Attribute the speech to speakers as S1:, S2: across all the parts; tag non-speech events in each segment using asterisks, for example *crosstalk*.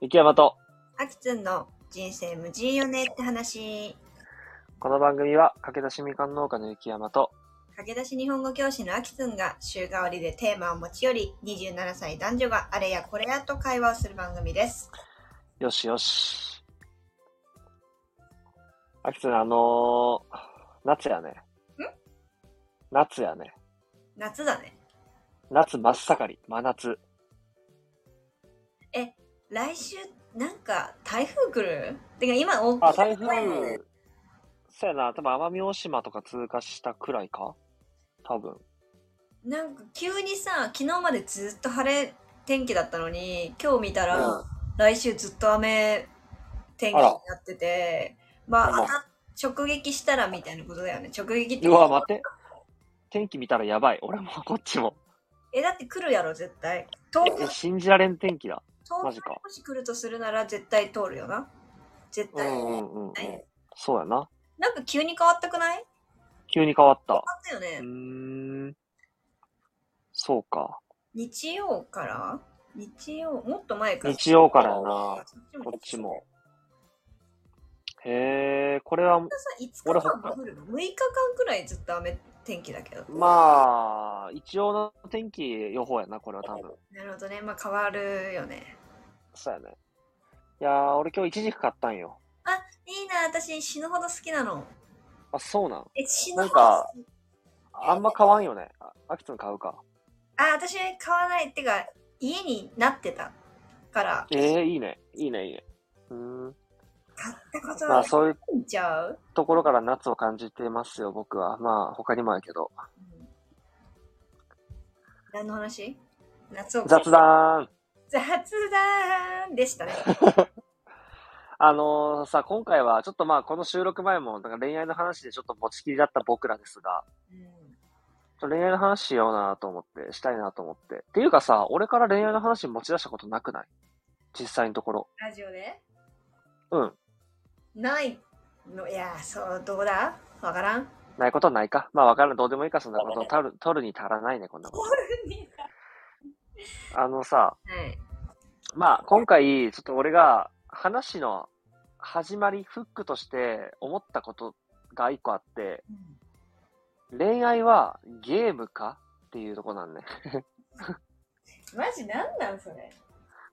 S1: 雪山と、
S2: あきつんの人生無人よねって話。
S1: この番組は駆け出しみかん農家の雪山と、
S2: 駆け出し日本語教師のあきつんが週替わりでテーマを持ち寄り、27歳男女があれやこれやと会話をする番組です。
S1: よしよし。あきつね、あのー、夏やね。ん夏やね。
S2: 夏だね。
S1: 夏真っ盛り。真夏。
S2: 来週、なんか台風来るてか今大きい
S1: あ、台風、そうやな、多分奄美大島とか通過したくらいか多分。
S2: なんか急にさ、昨日までずっと晴れ天気だったのに、今日見たら、
S1: うん
S2: 来週ずっと雨天気になってて、ま
S1: あ
S2: あ
S1: ら
S2: あた、直撃したらみたいなことだよね。直撃って
S1: うわ、待って。天気見たらやばい。俺もこっちも。
S2: え、だって来るやろ、絶対。東京
S1: え、信じられん天気だ。
S2: 東京
S1: マ
S2: に
S1: ジか
S2: もし来るとするなら絶対通るよな。絶
S1: う
S2: 対。
S1: んうんうん、うん
S2: はい。
S1: そうやな。
S2: なんか急に変わったくない
S1: 急に変わった。
S2: あったよね
S1: う。ーん。そうか。
S2: 日曜から日曜、もっと前から。
S1: 日曜からやな、
S2: そ
S1: こっち
S2: こ
S1: も。へえ、これは、
S2: っちも。
S1: 俺
S2: 5日間も
S1: 北
S2: 降るの ?6 日間くらいずっと雨天気だけど。
S1: まあ、一応の天気予報やな、これは多分。
S2: なるほどね。まあ変わるよね。
S1: そうやね。いやー、俺今日一軸買ったんよ。
S2: いいな、私死ぬほど好きなの。
S1: あ、そうなん。
S2: え、死ぬほど
S1: なん
S2: 好
S1: か
S2: き。
S1: あんま買わんよね。ああきつん買うか。
S2: あ、私買わない。ってか、家になってたから、
S1: ええいいね。いいね、いいね。うーん。
S2: 買ったこと
S1: ま
S2: は
S1: あ、そういう
S2: ないんちゃう、
S1: ところから夏を感じてますよ、僕は。まあ、他にもやけど。
S2: うん何の話夏を
S1: 雑談
S2: 雑談でしたね。
S1: あのーさ、今回はちょっとまあ、この収録前も、なんか恋愛の話でちょっと持ちきりだった僕らですが、
S2: うん
S1: ちょっと恋愛の話しようなと思って、したいなと思って。っていうかさ、俺から恋愛の話持ち出したことなくない実際のところ。
S2: ラジオで
S1: うん。
S2: ないのいや、そう、どうだわからん。
S1: ないことはないか。まあわからん。どうでもいいか、そんなこと。取る、取るに足らないね、こんなこと。あのさ、
S2: はい。
S1: まあ今回、ちょっと俺が話の始まり、フックとして思ったことが一個あって、恋愛はゲームかっていうとこなんね。
S2: マジなんなんそれ。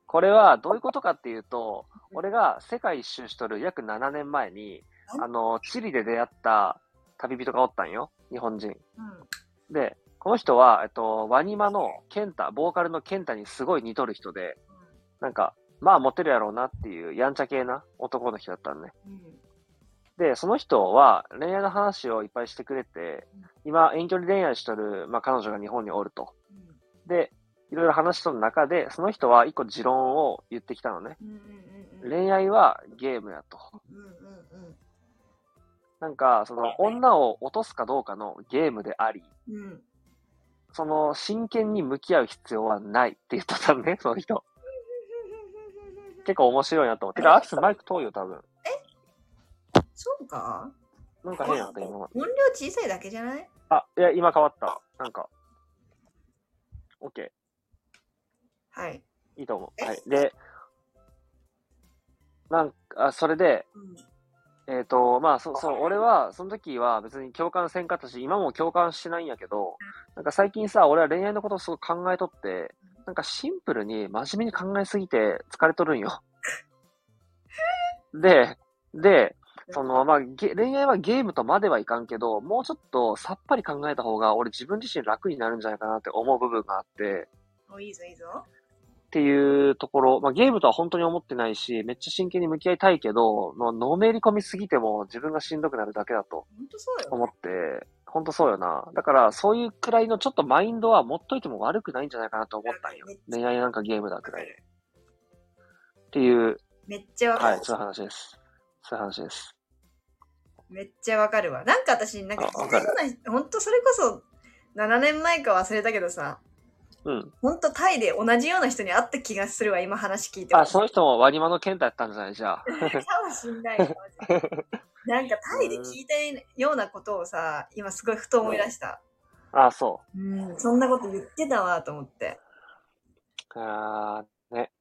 S1: これはどういうことかっていうと、俺が世界一周しとる約7年前に、あの、チリで出会った旅人がおったんよ。日本人。
S2: うん。
S1: で、この人は、えっと、ワニマのケンタ、ボーカルのケンタにすごい似とる人で、なんか、まあモテるやろうなっていう、やんちゃ系な男の人だったんね。
S2: うん。
S1: で、その人は恋愛の話をいっぱいしてくれて、今遠距離恋愛しとる、まあ彼女が日本におると。
S2: うん。
S1: で、いろいろ話しとる中で、その人は一個持論を言ってきたのね。
S2: うん。うん。
S1: 恋愛はゲームやと。
S2: うん。うん。
S1: なんか、その女を落とすかどうかのゲームであり、
S2: うん。うん。
S1: その真剣に向き合う必要はないって言っとったのね、 *laughs* その人。結構面白いなと思って。てか、アキスマイク遠いよ、多分。
S2: そうか
S1: なんか変やった、今。
S2: 音量小さいだけじゃない
S1: あ、いや、今変わった。なんか。オッケ
S2: はい。
S1: ーいいと思う。はい。で、なんか、それで、
S2: うん。
S1: えっ、と、まあ、そう、そう、俺は、その時は別に共感せんかったし、今も共感してないんやけど、なんか最近さ、俺は恋愛のことをすごい考えとって、なんかシンプルに真面目に考えすぎて疲れとるんよ。で、で、その、まあ、ゲ恋愛はゲームとまではいかんけど、もうちょっとさっぱり考えた方が、俺自分自身楽になるんじゃないかなって思う部分があって、
S2: お、いいぞいいぞ。
S1: っていうところ、まあ、ゲームとは本当に思ってないし、めっちゃ真剣に向き合いたいけど、まあのめり込みすぎても自分がしんどくなるだけだと
S2: ほんとそうよ。
S1: 思って、本当そうよな。だから、そういうくらいのちょっとマインドは持っといても悪くないんじゃないかなと思ったんよ
S2: めっち。ゃ
S1: 恋愛なんかゲームだ
S2: わ
S1: く
S2: から
S1: い。っ
S2: る。
S1: ていう、
S2: めっちゃわか
S1: は
S2: る。
S1: い、そういう話です。そういう話です。
S2: めっちゃわかるわ。なんか私、なんか
S1: あわかる
S2: ほんとそれこそ7年前か忘れたけどさ、
S1: うん。
S2: ほんとタイで同じような人に会った気がするわ、今話聞いても。
S1: あ、その人もワニマの健太やったんじゃないじゃあ。
S2: かもしんないよ。マジでなんかタイで聞いたようなことをさ、今すごいふと思い出した。
S1: あ、そ
S2: うん、そんなこと言ってたわと思って。
S1: う。あーね。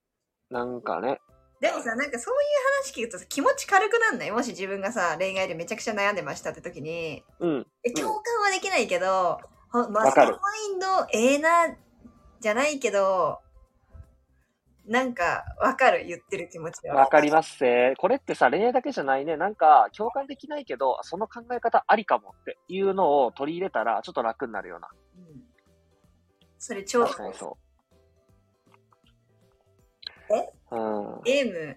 S1: なんかね。
S2: でもさ、なんかそういう話聞くとさ気持ち軽くなんないもし自分がさ、恋愛でめちゃくちゃ悩んでましたって時に、
S1: うん。
S2: え共感はできないけど、ほマ
S1: わ
S2: スタ
S1: か
S2: ー
S1: る
S2: マインドええな、じゃないけど、なんかわかる、言ってる気持ち
S1: わ
S2: は。
S1: かりますね。これってさ、恋愛だけじゃないね。なんか、共感できないけど、その考え方ありかもっていうのを取り入れたら、ちょっと楽になるような。
S2: うんそれ超
S1: 確かにそう。
S2: え
S1: うん。
S2: ゲーム、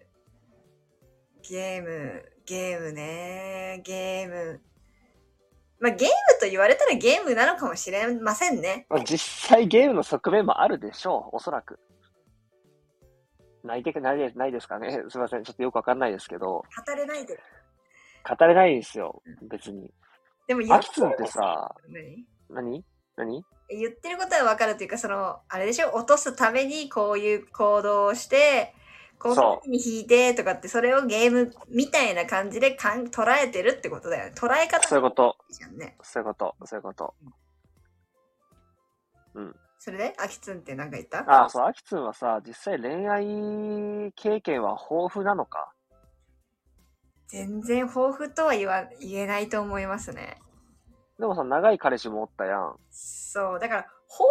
S2: ゲーム、ゲームね、ゲーム。まあゲームと言われたらゲームなのかもしれませんね。
S1: まあ実際ゲームの側面もあるでしょう、おそらく。ないてないでないですかね。すいません。ちょっとよくわかんないですけど、
S2: 語れないで。
S1: 語れないんですよ、別に。
S2: でも言
S1: ア
S2: う
S1: キツンってさ、
S2: 何
S1: 何何
S2: 言ってることは分かるというかそのあれでしょ落とすためにこういう行動をしてこういう
S1: そう
S2: ふうに引いてとかってそれをゲームみたいな感じでかん捉えてるってことだよね捉え
S1: そういう
S2: 方が
S1: こ
S2: い
S1: と、
S2: いじゃんね
S1: そういうこと、そういうこと。
S2: それでアキツンって何か言った
S1: ああ、そう、アキツンはさ、実際恋愛経験は豊富なのか
S2: 全然抱負とは言わ言えないと思いますね
S1: でもさ、長い彼氏もおったやん。
S2: そうだから抱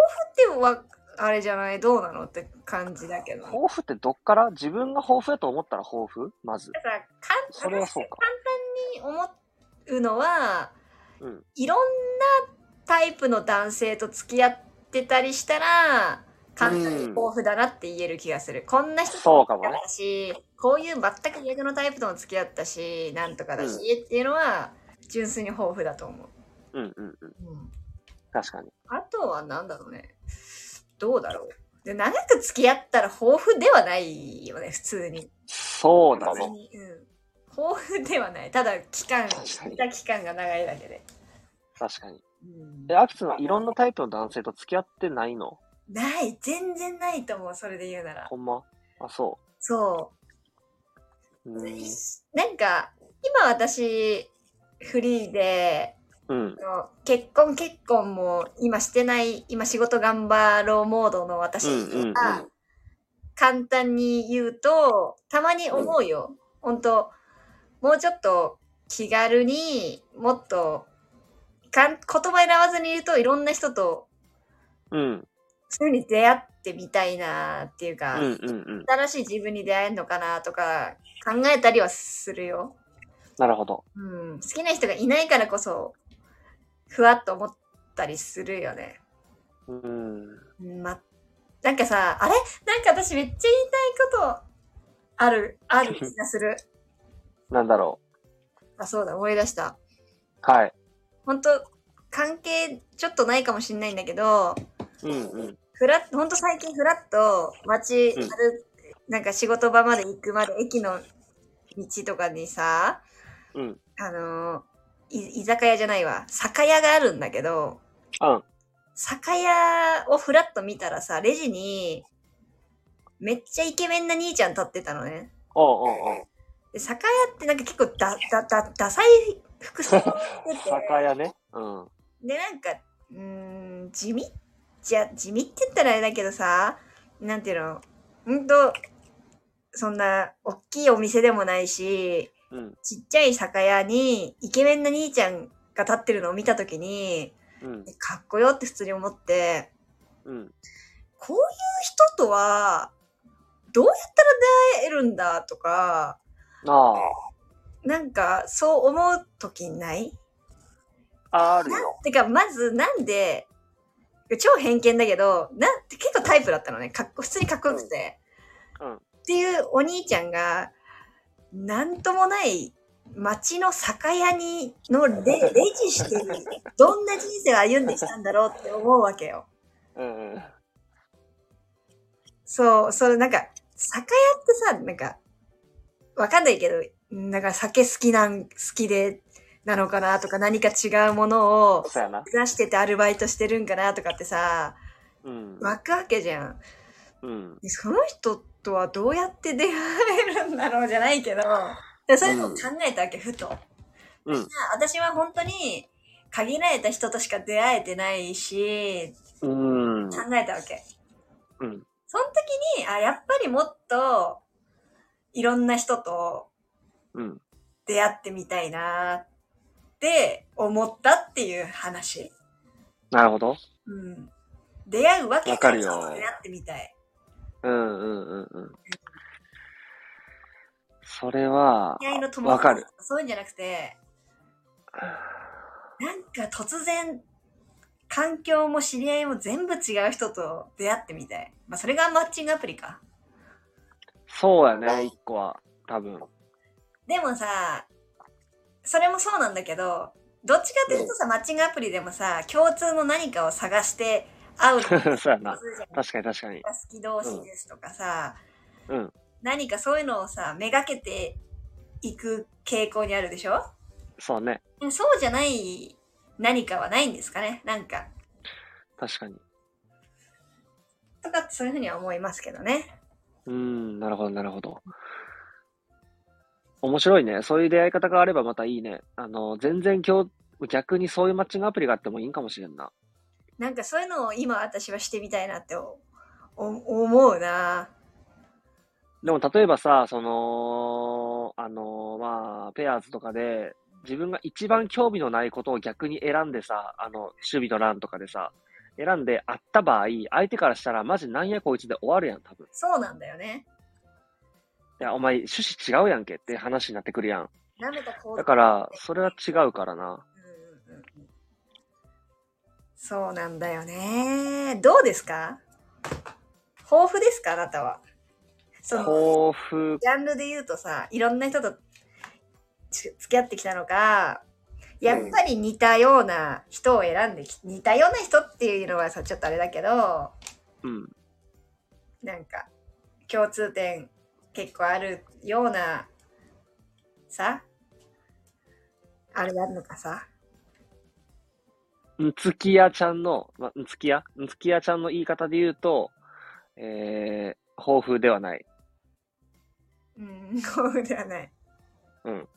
S2: 負ってわあれじゃないどうなのって感じだけど
S1: 豊富ってどっから自分が豊富やと思ったら豊富まず。
S2: だからかん
S1: それはそうか
S2: 簡単に思うのは、
S1: うん
S2: いろんなタイプの男性と付き合ってたりしたら簡単に豊富だなって言える気がする、こんな人
S1: そうかも
S2: だ
S1: ね。
S2: しこういう全く逆のタイプとも付き合ったしなんとかだし、っていうのは純粋に豊富だと思う、
S1: うんうんうん。
S2: うん、
S1: 確かに。
S2: あとは何だろうねどうだろうで長く付き合ったら豊富ではないよね普通に
S1: そうだ
S2: 別
S1: ね。
S2: にうん、豊富ではないただ期間
S1: 確かに
S2: いた期間が長いだけで、
S1: 確かに。
S2: うん
S1: え、アキツンはいろんなタイプの男性と付き合ってないの
S2: ない全然ないと思うそれで言うなら
S1: ほんまあ、そ。
S2: そう
S1: う
S2: う、
S1: ーん。
S2: なんか今私フリーで
S1: うん。
S2: あの結婚結婚も今してない今仕事頑張ろうモードの私が、
S1: うんうんうん
S2: 簡単に言うとたまに思うよ、本当もうちょっと気軽にもっとかん言葉選ばずに言うといろんな人と
S1: うん。
S2: そういうふうに出会ってみたいなっていう
S1: う
S2: か、
S1: んうんうん。
S2: 新しい自分に出会えるのかなとか考えたりはするよ、
S1: なるほど。
S2: うん、好きな人がいないからこそふわっと思ったりするよね
S1: うーん。
S2: ま、なんかさ、あれなんか私めっちゃ言いたいことある、ある気がする。
S1: なんだろ
S2: あ、そうだ、思い出した。
S1: う。はい。
S2: 本当関係ちょっとないかもしんないんだけど、
S1: うんうん。
S2: ふらっ、ほんと最近ふらっと街歩、
S1: うん
S2: なんか仕事場まで行くまで駅の道とかにさ、
S1: うん。
S2: あのーい居酒屋じゃないわ、酒屋があるんだけど、
S1: うん。
S2: 酒屋をふらっと見たらさ、レジに、めっちゃイケメンな兄ちゃん立ってたのね。
S1: おうおうおう。
S2: で、酒屋ってなんか結構だ、だ、だ、ダサい服装を着
S1: *laughs*
S2: てて
S1: 酒屋ね。うん。
S2: で、なんか、うーん、地味じゃ、地味って言ったらあれだけどさ、なんていうの、ほんと、そんな、おっきいお店でもないし、
S1: うん。
S2: ちっちゃい酒屋に、イケメンな兄ちゃんが立ってるのを見たときに、
S1: うん。
S2: かっこよって普通に思って、
S1: うん。
S2: こういう人とは、どうやったら出会えるんだとか、
S1: あ
S2: なんか、そう思うときない
S1: あ。あるよ。
S2: てか、まず、なんで、超偏見だけど、なんて結構タイプだったのね。かっこ、普通にかっこよくて。
S1: うんうん
S2: っていうお兄ちゃんが、なんともない町の酒屋に、のレ、レジしてる、どんな人生を歩んできたんだろうって思うわけよ。
S1: うんうん。
S2: そう、それなんか、酒屋ってさ、なんか、わかんないけど、なんか酒好きなん、好きで、なのかなとか、何か違うものを
S1: そうやな。
S2: 目指しててアルバイトしてるんかなとかってさ、
S1: うん。
S2: 湧くわけじゃん。
S1: うん。
S2: でその人とはどうやって出会えるんだろうじゃないけど、でそういうのを考えたわけ、ふと。
S1: うん
S2: 私は本当に、限られた人としか出会えてないし、
S1: うん。
S2: 考えたわけ。
S1: うん。
S2: その時に、あ、やっぱりもっと、いろんな人と
S1: うん。
S2: 出会ってみたいなって思ったっていう話。
S1: なるほど。
S2: うん。出会うわけ
S1: わかるよ
S2: ない人と出会ってみたい。
S1: うんうんうんうん。それは
S2: 出会いの、友
S1: わかる
S2: と。そういうんじゃなく
S1: *sighs*
S2: て、なんか突然、環境も知り合いも全部違う人と出会ってみたい。まあ、それがマッチングアプリか。
S1: そうやね、一個は。多分。 *laughs*
S2: でもさ、それもそうなんだけど、どっちかっていうとさ、マッチングアプリでもさ、共通の何かを探して会うのが
S1: そうや *laughs* な
S2: 普。通じゃん
S1: 確かに確かに。
S2: 好き同士ですとかさ、
S1: うん。
S2: 何かそういうのをさ、めがけていく傾向にあるでしょ
S1: そうね。
S2: そうじゃない何かはないんですかねなんか。
S1: 確かに。
S2: とかってそういうふうには思いますけどね。
S1: うん、なるほど、なるほど。面白いね。そういう出会い方があればまたいいね。あの、全然今日、逆にそういうマッチングアプリがあってもいいんかもしれんな。
S2: なんかそういうのを今私はしてみたいなっておお思うな
S1: でも例えばさ、その、あの、まあ、ペアーズとかで、自分が一番興味のないことを逆に選んでさ、あの、守備の欄とかでさ、選んで会った場合、相手からしたらマジなんやこいつで終わるやん、多分。
S2: そうなんだよね。
S1: いや、お前趣旨違うやんけって話になってくるやん。
S2: 舐めた行動
S1: だから、それは違うからな。
S2: うんうんうんうんそうなんだよね。どうですか豊富ですかあなたは。その
S1: 豊富
S2: ジャンルで言うとさ、いろんな人とつ付き合ってきたのか、やっぱり似たような人を選んでき、似たような人っていうのはさ、ちょっとあれだけど、
S1: うん。
S2: なんか、共通点結構あるような、さ、あれやるのかさ。
S1: んつきやちゃんの、ま、んつきやんつきやちゃんの言い方で言うと、えー、豊富ではない。
S2: うん、豊富ではない。
S1: うん
S2: 豊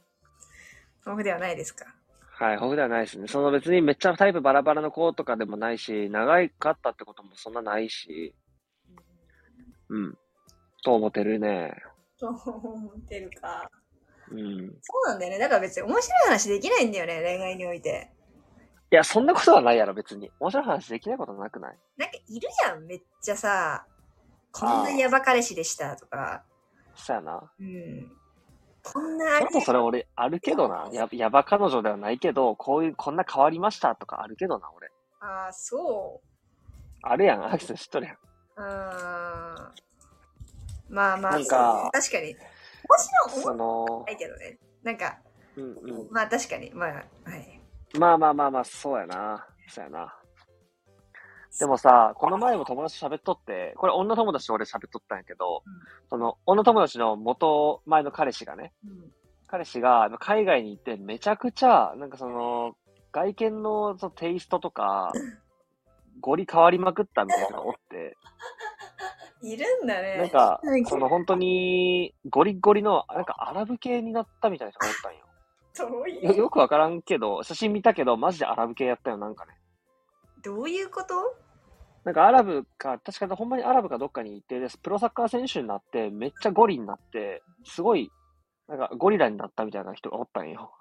S2: 富ではないですか。
S1: はい、豊富ではないですね。その別にめっちゃタイプバラバラの子とかでもないし、長いかったってこともそんなないし、うん。と思ってるね。
S2: と思ってるか。
S1: うん。い
S2: そうなんだよね。だから別に面白い話できないんだよね、恋愛において。
S1: や、そんなことはないやろ、別に。面白い話できないことなくない
S2: なんかいるやん、めっちゃさ、こんなヤバ彼氏でしたとか、
S1: そうやな。
S2: うん。こん
S1: ち
S2: な
S1: ょっとそれ俺、あるけどな。や、やば彼女ではないけど、こういう、こんな変わりましたとかあるけどな、俺。
S2: ああ、そ
S1: あるやん、アキさん知っとるやん。
S2: う。うーん。まあまあ、
S1: なんか
S2: 確かに。もちろん
S1: そ
S2: 思っ
S1: の
S2: てな、いけどね。なんか、
S1: うんうん。
S2: まあ確かに、まあ、はい。
S1: まあまあまあまあ、そうやな。そうやな。でもさ、この前も友達と喋っとって、これ女友達と俺喋っとったんやけど、
S2: うん
S1: その女友達の元前の彼氏がね、
S2: うん。
S1: 彼氏があの海外に行ってめちゃくちゃ、なんかその、外見のそのテイストとか、ゴリ変わりまくったみたいなのがおって、
S2: いるんだね。
S1: なんか
S2: うん、
S1: その本当にゴリゴリの、なんかアラブ系になったみたいな人がおったんよ。
S2: どう
S1: よ
S2: いう、
S1: よくわからんけど、写真見たけど、マジでアラブ系やったよ、なんかね。
S2: どういうこと
S1: なんかアラブか、確かにほんまにアラブかどっかに行ってです、プロサッカー選手になって、めっちゃゴリになって、すごい、なんかゴリラになったみたいな人がおったんよ。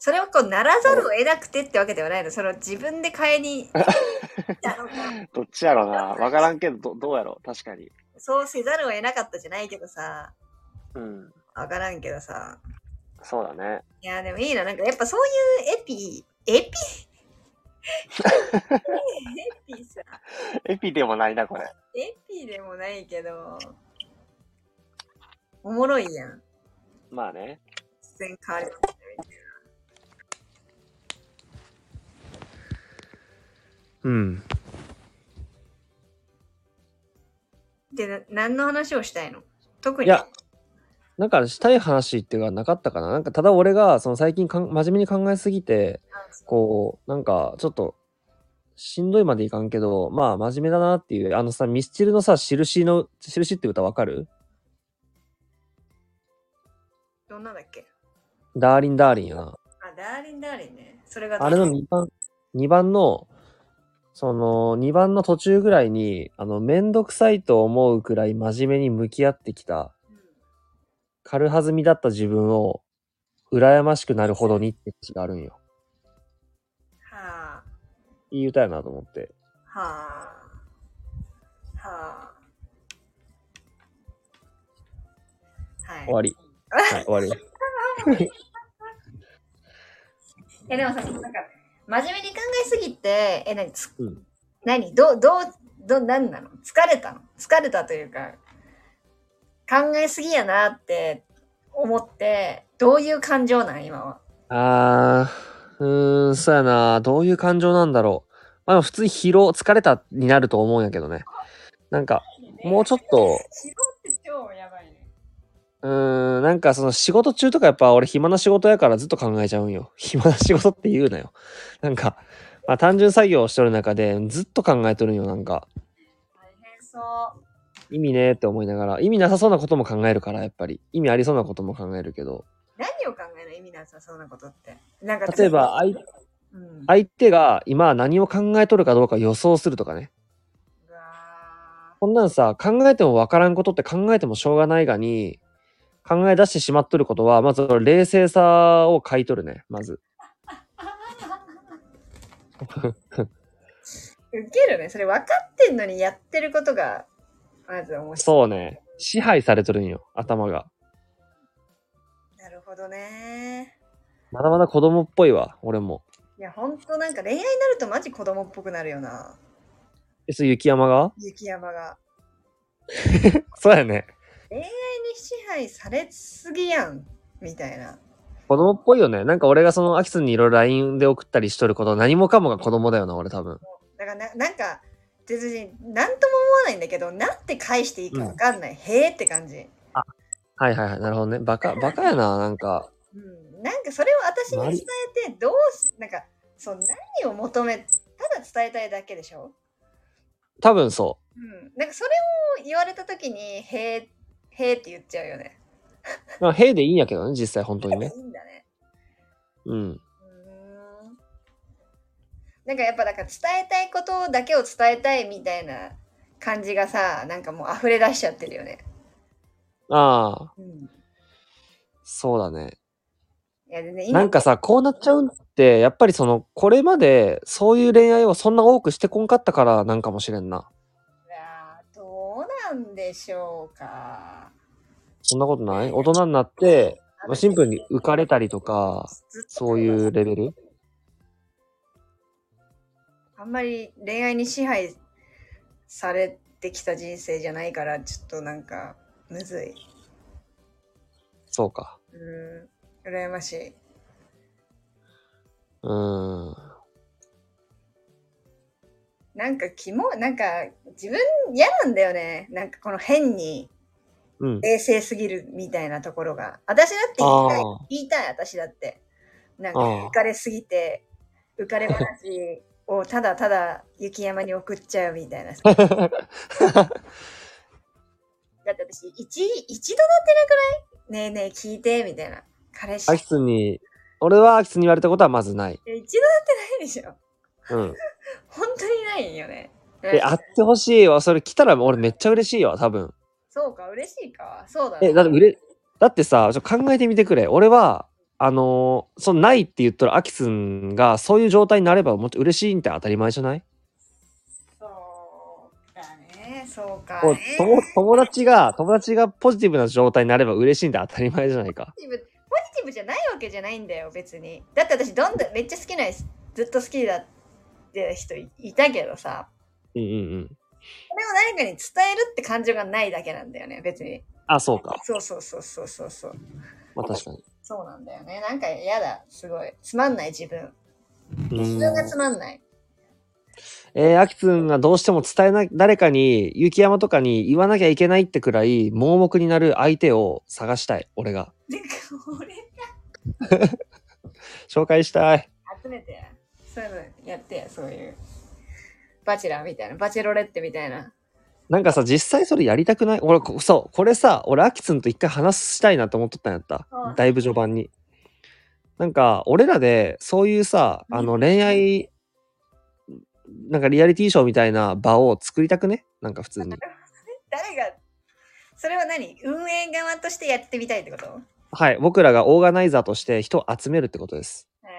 S2: それをこう、ならざるを得なくてってわけではないの。それを自分で買
S1: *laughs*
S2: いにあの
S1: *laughs* どっちやろうな。わからんけど、どどうやろう。確かに。
S2: そうせざるを得なかったじゃないけどさ、
S1: うん。
S2: わからんけどさ。
S1: そうだね。
S2: いや、でもいいな。なんかやっぱそういうエピ、 *laughs* エピエピさ、
S1: エピでもないな、これ。
S2: エピでもないけど、おもろいやん。
S1: まあね。
S2: 突然変わりましたみたい
S1: うん。
S2: な。で、な何の話をしたいの特に。
S1: いやなんかしたい話っていうのはなかったかな。なんかただ俺が、その最近かん真面目に考えすぎて、こう、なんかちょっと、しんどいまでいかんけど、まあ真面目だなっていう、あのさ、ミスチルのさ、印の、印って歌わかる
S2: どんなんだっけ
S1: ダーリンダーリンやな。
S2: あ、ダーリンダーリンね。それが
S1: あれの2番、2番の、その、2番の途中ぐらいに、あの、めんどくさいと思うくらい真面目に向き合ってきた、軽はずみだった自分を、羨ましくなるほどにって詩があるんよ。
S2: はあ、
S1: いい歌やなと思って。
S2: はあ、はあ。はい。
S1: 終わり。はい、終わり。
S2: え、でもさ、なんか、真面目に考えすぎて、え、何、つ
S1: うん
S2: 何どう、どう、どう、何なの疲れたの疲れたというか、考えすぎやなって思って、どういう感情なん今は。
S1: あー、うーん、そうやな。どういう感情なんだろう。まあでも普通に疲労、疲れたになると思うんやけどね。なんか、もうちょっと、
S2: 疲労って超やばいね。
S1: うーん、なんかその仕事中とかやっぱ俺暇な仕事やからずっと考えちゃうんよ。 *laughs* 暇な仕事って言うなよ。なんか、まあ単純作業をしてる中でずっと考えとるんよ。なんか、
S2: 大変そう。
S1: 意味ねーって思いながら、意味なさそうなことも考えるから、やっぱり。意味ありそうなことも考えるけど。
S2: 何を考えるの意味なさそうなことって。なんか
S1: 例えば、相
S2: うん、
S1: 相手が今何を考えとるかどうか予想するとかね。
S2: うわ
S1: こんなんさ、考えてもわからんことって考えてもしょうがないがに、考え出してしまっとることは、まず冷静さを買い取るね、まず。
S2: ーウケるね。それ分かってんのにやってることが、まず面白い。
S1: そうね。支配されとるんよ、頭が。
S2: なるほどね。
S1: まだまだ子供っぽいわ、俺も。
S2: いや、ほんとなんか恋愛になるとマジ子供っぽくなるよな。
S1: え、そう、雪山が
S2: 雪山が。
S1: そうやね。
S2: 恋愛に支配されすぎやん。みたいな。
S1: 子供っぽいよね。なんか俺がそのアキスにいろいろ LINE で送ったりしとること、何もかもが子供だよな、俺多分。
S2: だからななんか、別に何とも思わないんだけど、なんて返していいか分かんない。へえって感じ。
S1: はいはいはい、なるほどね。バカ、バカやな、なんか。
S2: うん。なんかそれを私に伝えて、どうし、なんか、そう、何を求め、ただ伝えたいだけでしょ
S1: 多分そ
S2: うん。なんかそれを言われた時に、へえ、へえって言っちゃうよね。
S1: う。まあ、へでいいんやけどね、実際本当にね。
S2: いいんだね。
S1: うん。
S2: うーんなんかやっぱだから伝えたいことだけを伝えたいみたいな感じがさなんかもう溢れ出しちゃってるよね。
S1: ああ、
S2: うん、
S1: そうだね。
S2: いや全然
S1: なんかさ、こうなっちゃうんって、やっぱりその、これまでそういう恋愛をそんな多くしてこんかったからなんかもしれんな。
S2: いやーどうなんでしょうか。
S1: そんなことない大人になって、まあシンプルに浮かれたりとか、
S2: ずっと
S1: そういうレベル
S2: あんまり恋愛に支配されてきた人生じゃないからちょっとなんかむずい。
S1: そうか。
S2: うーん羨ましい。
S1: うーん。
S2: なんかキモなんか自分嫌なんだよね。なんかこの変に。
S1: うん。
S2: 冷静すぎるみたいなところが。私だって言いたい
S1: あー、
S2: 言いたい、私だって。なんか
S1: あー
S2: 浮かれすぎて、浮かれ
S1: *laughs*
S2: 話をただただ雪山に送っちゃうみたいな。だって私、一、一度だってなくないねえねえ聞いて、みたいな。彼氏、
S1: アキスに、俺はアキスに言われたことはまずない。
S2: え一度だってないでしょ。
S1: うん。
S2: 本当にないよね。
S1: え、会ってほしいわ。それ来たら俺めっちゃ嬉しいわ、多分。
S2: そうか、嬉しいか。そうだね
S1: え、だってうれ、だってさ、ちょっと考えてみてくれ。俺は、あのーそのないって言ったらアキスンがそういう状態になればもっと嬉しいんって当たり前じゃない
S2: そうだね。そうか、
S1: もう
S2: ね。
S1: 友友達が友達がポジティブな状態になれば嬉しいんで当たり前じゃないか
S2: ポジティブポジティブじゃないわけじゃないんだよ別にだって私どんどんめっちゃ好きな人ずっと好きだって人いいたけどさ
S1: うんうんうん
S2: それを誰かに伝えるって感情がないだけなんだよね別に
S1: あそうか
S2: そうそうそうそうそうそう
S1: まあ確かに
S2: そうなんだよねなんか嫌だすごいつまんない自分
S1: うん
S2: 自分がつまんない
S1: えー、アキツンがどうしても伝えな誰かに雪山とかに言わなきゃいけないってくらい盲目になる相手を探したい俺が
S2: なんか俺
S1: 紹介したい
S2: 集めてそういうのやってそういうバチェラーみたいなバチェロレッテみたいな
S1: なんかさ実際それやりたくない俺こそうこれさ俺アキツンと一回話したいなと思っとったんやった
S2: うん
S1: だいぶ序盤になんか俺らでそういうさあの恋愛なんかリアリティショーみたいな場を作りたくねなんか普通に。
S2: 誰が、それは何運営側としてやってみたいってことはい
S1: はい、僕らがオーガナイザーとして人を集めるってことです。
S2: は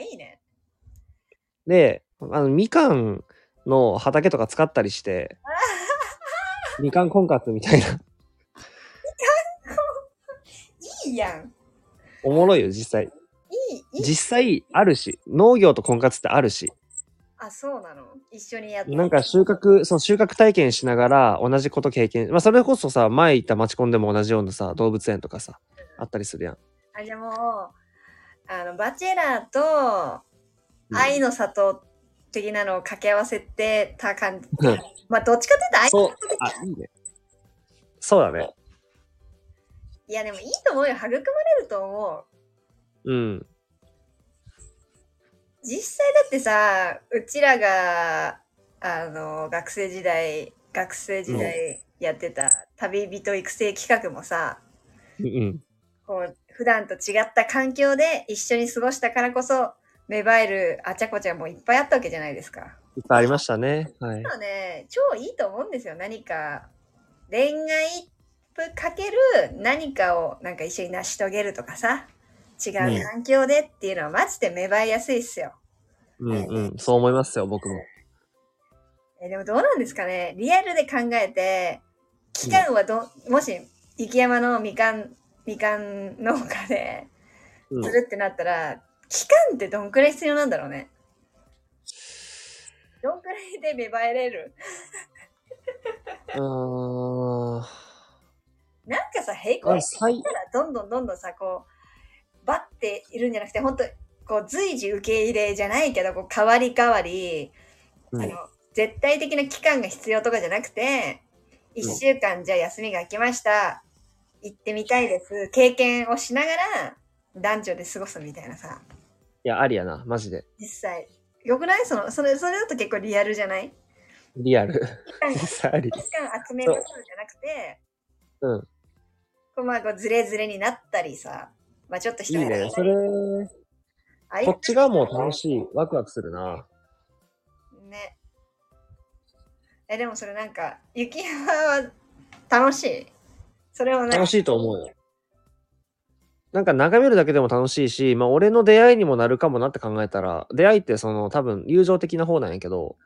S2: い。あ、いいね。
S1: で、あの、みかんの畑とか使ったりして、みかん婚活みたいな。 *laughs*
S2: いいやん。
S1: おもろいよ、実際。
S2: いい、いい。
S1: 実際あるし、農業と婚活ってあるし、
S2: あ、そうなの。一緒にやって。
S1: なんか収穫、その収穫体験しながら同じこと経験、まあそれこそさ、前行った町コンでも同じようなさ、動物園とかさ、あったりするやん。
S2: あ、じゃあもう、あの、バチェラーと、
S1: うん
S2: 愛の里的なのを掛け合わせてた感じ。
S1: うん
S2: まあ、どっちかというと愛
S1: そう
S2: の里的、
S1: あ、いいね。そうだね。
S2: いや、でもいいと思うよ。育まれると思う。
S1: うん。
S2: 実際だってさ、うちらが、あの、学生時代、学生時代やってた旅人育成企画もさ、
S1: うんうん。
S2: こう、普段と違った環境で一緒に過ごしたからこそ、芽生えるあちゃこちゃもいっぱいあったわけじゃないですか。
S1: いっぱいありましたね。はい。
S2: でもね、超いいと思うんですよ。何か、恋愛かける何かをなんか一緒に成し遂げるとかさ、違
S1: うん
S2: う環境でっていうのはマジで芽生えやすいっすよ。
S1: うんうん。そう思いますよ、僕も。
S2: えーでもどうなんですかねリアルで考えて、期間はど、もし、雪山のみかん、みかん農家で、
S1: うん
S2: するってなったら、期間ってどんくらい必要なんだろうね。どんくらいで芽生えれる
S1: うーん。
S2: なんかさ、平行
S1: あ
S2: に
S1: 最
S2: したらどんどんどんどんさ、こう、バッているんじゃなくて、本当こう、随時受け入れじゃないけど、こう、変わり変わり、
S1: うん
S2: あの、絶対的な期間が必要とかじゃなくて、一週間、じゃあ休みが明けました。行ってみたいです。経験をしながら、男女で過ごすみたいなさ、
S1: いや、ありやな、マジで。
S2: 実際。よくないその、それ、それだと結構リアルじゃない
S1: リアル。
S2: 期間、
S1: 実
S2: 期
S1: 際あり。
S2: 間集めるとかじゃなくて、
S1: うん。
S2: こう、まあ、こう、ズレズレになったりさ、まあ、ちょっと
S1: い
S2: 人
S1: い
S2: に
S1: ね。それ、
S2: あい
S1: こっち側も楽しい。ワクワクするな。
S2: ね。え、でもそれなんか、雪山は楽しい。それをね
S1: 楽、しいと思うよ。なんか眺めるだけでも楽しいし、まあ俺の出会いにもなるかもなって考えたら、出会いってその多分友情的な方なんやけど、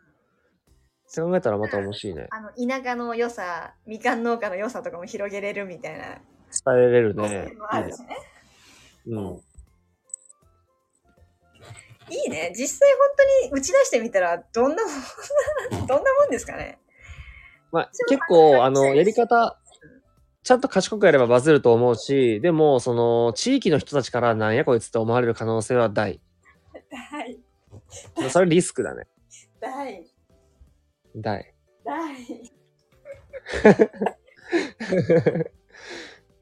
S1: って考えたらまた面白いね。
S2: あの、田舎の良さ、みかん農家の良さとかも広げれるみたいな。
S1: 伝えれる
S2: そう
S1: ね
S2: いうの。もあるしね
S1: いいねうん。
S2: いいね。実際本当に打ち出してみたら、どんなもん、 *laughs* どんなもんですかね。
S1: まあ結構、あの、やり方、ちゃんと賢くやればバズると思うし、でも、その、地域の人たちからなんやこいつって思われる可能性は大。
S2: 大、
S1: それリスクだね。
S2: 大、
S1: 大。
S2: 大。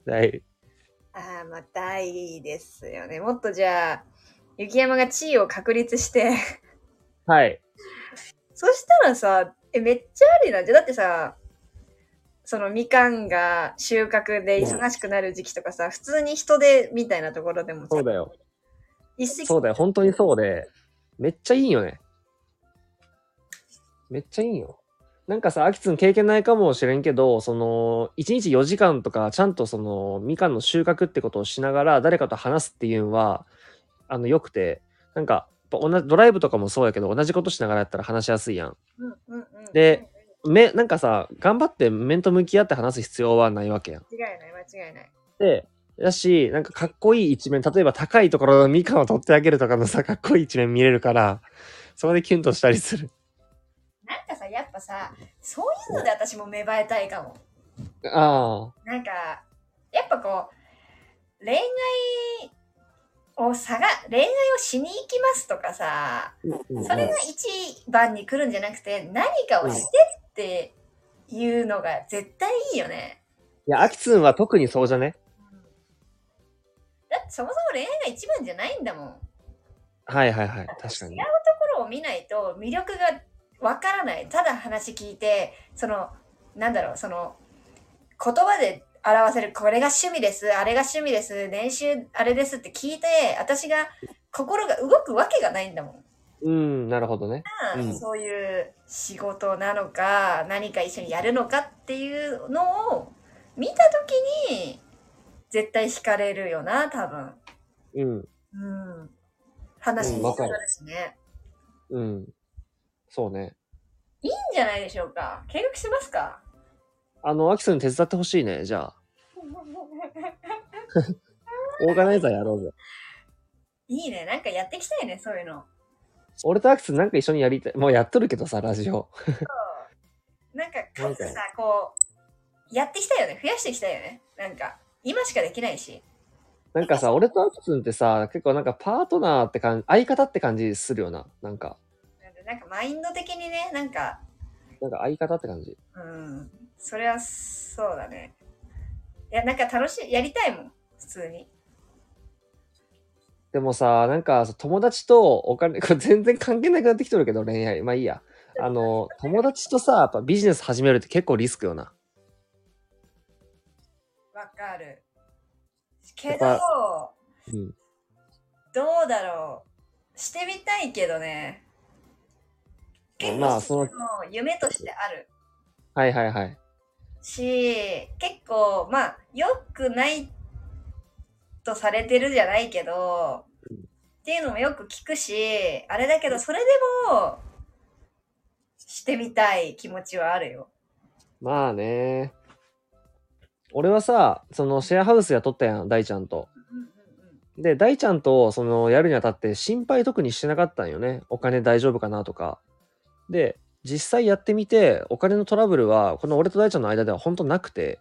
S1: 大。
S2: ああ、まあ、大ですよね。もっとじゃあ、雪山が地位を確立して、 *laughs*
S1: はい。
S2: そしたらさ、え、めっちゃありなんじゃ。だってさ、そのみかんが収穫で忙しくなる時期とかさ、普通に人でみたいなところでもさ
S1: そうだよ。
S2: 一石
S1: そうだよ。本当にそうで、めっちゃいいよね。めっちゃいいよ。なんかさ、アキツン経験ないかもしれんけど、その、1日4時間とか、ちゃんとその、みかんの収穫ってことをしながら、誰かと話すっていうのは、あの、良くて、なんか、やっぱ同じドライブとかもそうやけど、同じことしながらやったら話しやすいやん。
S2: うんうんうん、
S1: で、目、なんかさ、頑張って面と向き合って話す必要はないわけやん。
S2: 間違いない間違いない。
S1: で、だし、なんかかっこいい一面、例えば高いところのみかんを取ってあげるとかのさ、かっこいい一面見れるから、そこでキュンとしたりする。
S2: なんかさ、やっぱさ、そういうので私も芽生えたいかも。
S1: ああ。
S2: なんか、やっぱこう、恋愛を探、恋愛をしに行きますとかさ、それが一番に来るんじゃなくて、何かをしてっていうのが絶対いいよね。
S1: いや、アキツンは特にそうじゃね
S2: だってそもそも恋愛が一番じゃないんだもん。
S1: はいはいはい。確かに
S2: 違う。ところを見ないと魅力がわからない。ただ話聞いて、その、なんだろう、その、言葉で表せる、これが趣味です、あれが趣味です、練習あれですって聞いて、私が心が動くわけがないんだもん。
S1: うん、なるほどね。うん
S2: そういう仕事なのか何か一緒にやるのかっていうのを見た時に絶対惹かれるよな多分、
S1: うん、
S2: うん、話
S1: うん
S2: も
S1: わ
S2: そ
S1: か
S2: う
S1: る
S2: だしね、
S1: うん。そうね。
S2: いいんじゃないでしょうか見学しますか
S1: あの、アキさんに手伝ってほしいね、じゃあ。オーガナイザーやろうぜ。
S2: いいねなんかやっていきたいねそういうの
S1: 俺とアキさんなんか一緒にやりたい。もうやっとるけどさ、ラジオ。
S2: なんか数さこうやっていきたいよね増やしていきたいよねなんか今しかできないし
S1: なんかさ、俺とアキさんってさ、結構なんかパートナーって感じ、相方って感じするよな。なんか、
S2: なんでなんかマインド的にねなんか
S1: なんか相方って感じ。
S2: うんそれはそうだね。いや、なんか楽しい、やりたいもん、普通に。
S1: でもさ、なんかさ友達とお金、 *laughs* これ全然関係なくなってきとるけど、恋愛。まあいいや。あの、友達とさ、やっぱビジネス始めるって結構リスクよな。
S2: わかる。け
S1: っ
S2: ど、
S1: うん。
S2: どうだろう。してみたいけどね。結
S1: ま
S2: 構
S1: あそ
S2: そ
S1: の
S2: の夢としてある
S1: はいはいはい。
S2: し、結構、まあ、良くないとされてるじゃないけど、
S1: うん
S2: っていうのもよく聞くし、あれだけど、それでも、してみたい気持ちはあるよ。
S1: まあね。俺はさ、そのシェアハウス雇ったやん、大ちゃんと。
S2: うんうん
S1: で、大ちゃんとそのやるにあたって心配特にしてなかったんよね。お金大丈夫かなとか。で、実際やってみて、お金のトラブルは、この俺と大ちゃんの間では本当なくて。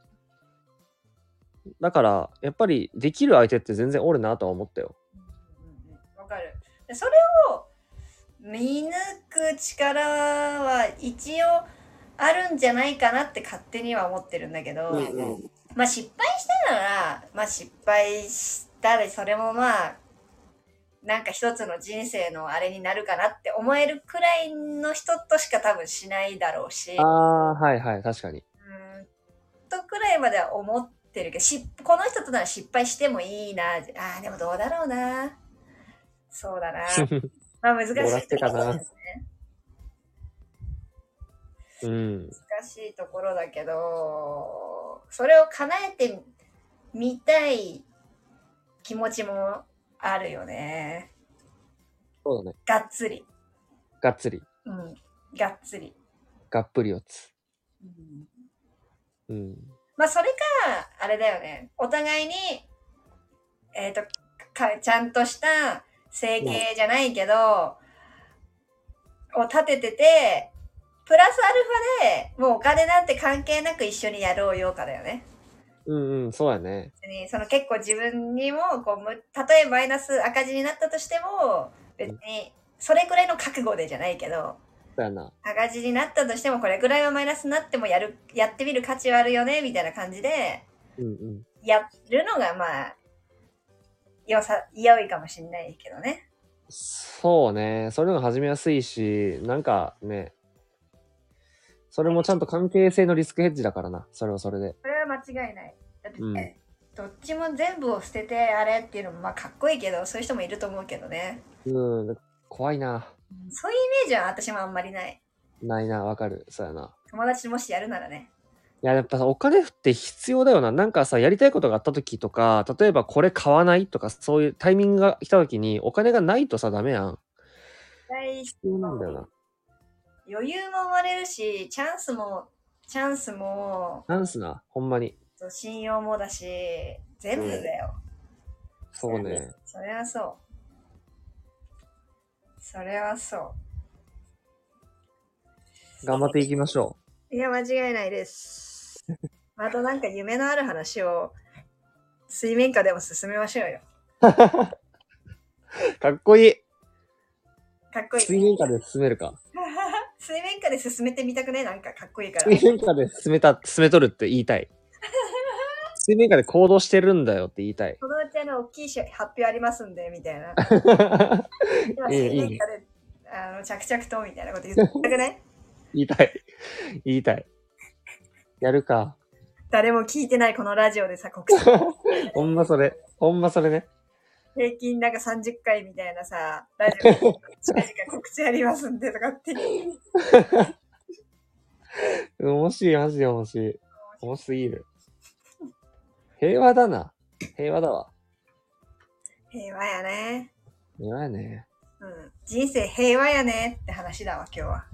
S1: だから、やっぱりできる相手って全然おるなとは思ったよ。
S2: うんうんわかる。でそれを見抜く力は一応あるんじゃないかなって勝手には思ってるんだけど、まあ失敗したなら、まあ失敗したでそれもまあ、なんか一つの人生のあれになるかなって思えるくらいの人としか多分しないだろうし。
S1: ああ、はいはい、確かに。 *laughs*
S2: うーんとくらいまでは思ってるけどしこの人となら失敗してもいいなあーでもどうだろうなそうだな
S1: *laughs*
S2: まあ難しい
S1: どうだってかな
S2: 難
S1: うん。
S2: しいところだけどそれを叶えてみたい気持ちもあるよね
S1: そうだね。
S2: がっつり
S1: がっつり。
S2: うんがっつり、
S1: がっぷり四つ。うん。
S2: まあそれか、あれだよね。お互いに、えっ、とか、ちゃんとした整形じゃないけど、を立ててて、プラスアルファでもうお金なんて関係なく一緒にやろうよかだよね。
S1: うんうん、そうやね。
S2: 別にその結構自分にもこうむ、たとえマイナス赤字になったとしても、別にそれくらいの覚悟でじゃないけど、
S1: そうやな。
S2: 赤字になったとしてもこれくらいはマイナスになってもやる、やってみる価値はあるよね、みたいな感じで、
S1: うんうん。
S2: やるのがまあ良さ良いかもしれないけどね。
S1: そうね。それの方が始めやすいし、なんかね、それもちゃんと関係性のリスクヘッジだからな。それはそれで。
S2: それは間違いない。だって、
S1: うん
S2: どっちも全部を捨ててあれっていうのもまあかっこいいけどそういう人もいると思うけどね。
S1: うん、怖いな。
S2: そういうイメージは私もあんまりない。
S1: ないな、わかる。そうやな。
S2: 友達ともしやるならね。
S1: いや、やっぱさ、お金って必要だよな。なんかさ、やりたいことがあった時とか、例えばこれ買わないとか、そういうタイミングが来た時に、お金がないとさ、ダメやん。
S2: 大
S1: 必要なんだよな。
S2: 余裕も生まれるしチャンスもチャンスも
S1: チャンスな、ほんまに。
S2: そう信用もだし全部だよ。
S1: そうね。
S2: それはそう。それはそう。
S1: 頑張っていきましょ
S2: いや、間違いないです。
S1: *laughs*
S2: またなんか夢のある話を水面下でも進めましょうよ。
S1: う。かっこいい。
S2: かっこいい。
S1: 水面下で進めるか。
S2: *laughs* 水面下で進めてみたくねなんかかっこいいから。
S1: *laughs* 水面下で進めた、進めとるって言いたい。水面下で行動してるんだよって言いたい。
S2: このうちあの大きいし発表ありますんで、みたいな。
S1: *laughs*
S2: 今
S1: いいね
S2: 水面下であの着々とみたいなこと言ってみたくない
S1: *laughs* 言いたい。言いたい。やるか。 *laughs*
S2: 誰も聞いてないこのラジオでさ、告知。
S1: ほんまそれ。ほんまそれね。
S2: 平均なんか30回みたいなさ、ラジオ、近々告知ありますんでと
S1: *laughs*
S2: かって。
S1: 面白い、マジで面白い。面すぎる。平和だな。平和だわ。
S2: 平和やね。
S1: 平和やね。
S2: うん。人生平和やねって話だわ、今日は。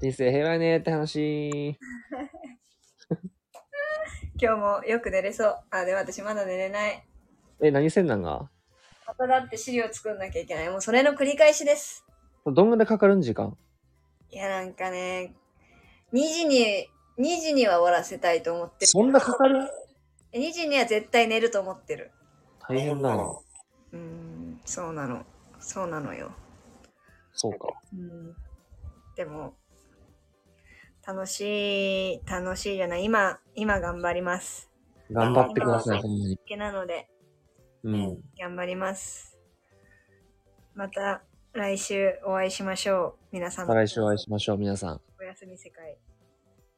S1: 人生平和やねって話。
S2: 今日もよく寝れそう。あ、でも私まだ寝れない。
S1: え、何せんなんが
S2: まただって資料作んなきゃいけない。もうそれの繰り返しです。
S1: どんぐらいかかるん時間
S2: いや、なんかね、2時に、2時には終わらせたいと思ってる。
S1: んなかかる
S2: 2時には絶対寝ると思ってる。
S1: 大変だな。
S2: うーん、そうなの。そうなのよ。
S1: そうか。
S2: うん。でも、楽しい、楽しいじゃない。今、今頑張ります。
S1: 頑張ってください、ほんまに。
S2: けなので、
S1: うん。
S2: 頑張ります。また来週お会いしましょう。皆さん
S1: また来週お会いしましょう、皆さん。
S2: おやすみ世界。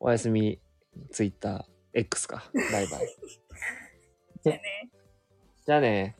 S1: おやすみ、ツイッター、X か。バイバイ。
S2: *laughs* じゃあね。
S1: じゃあね。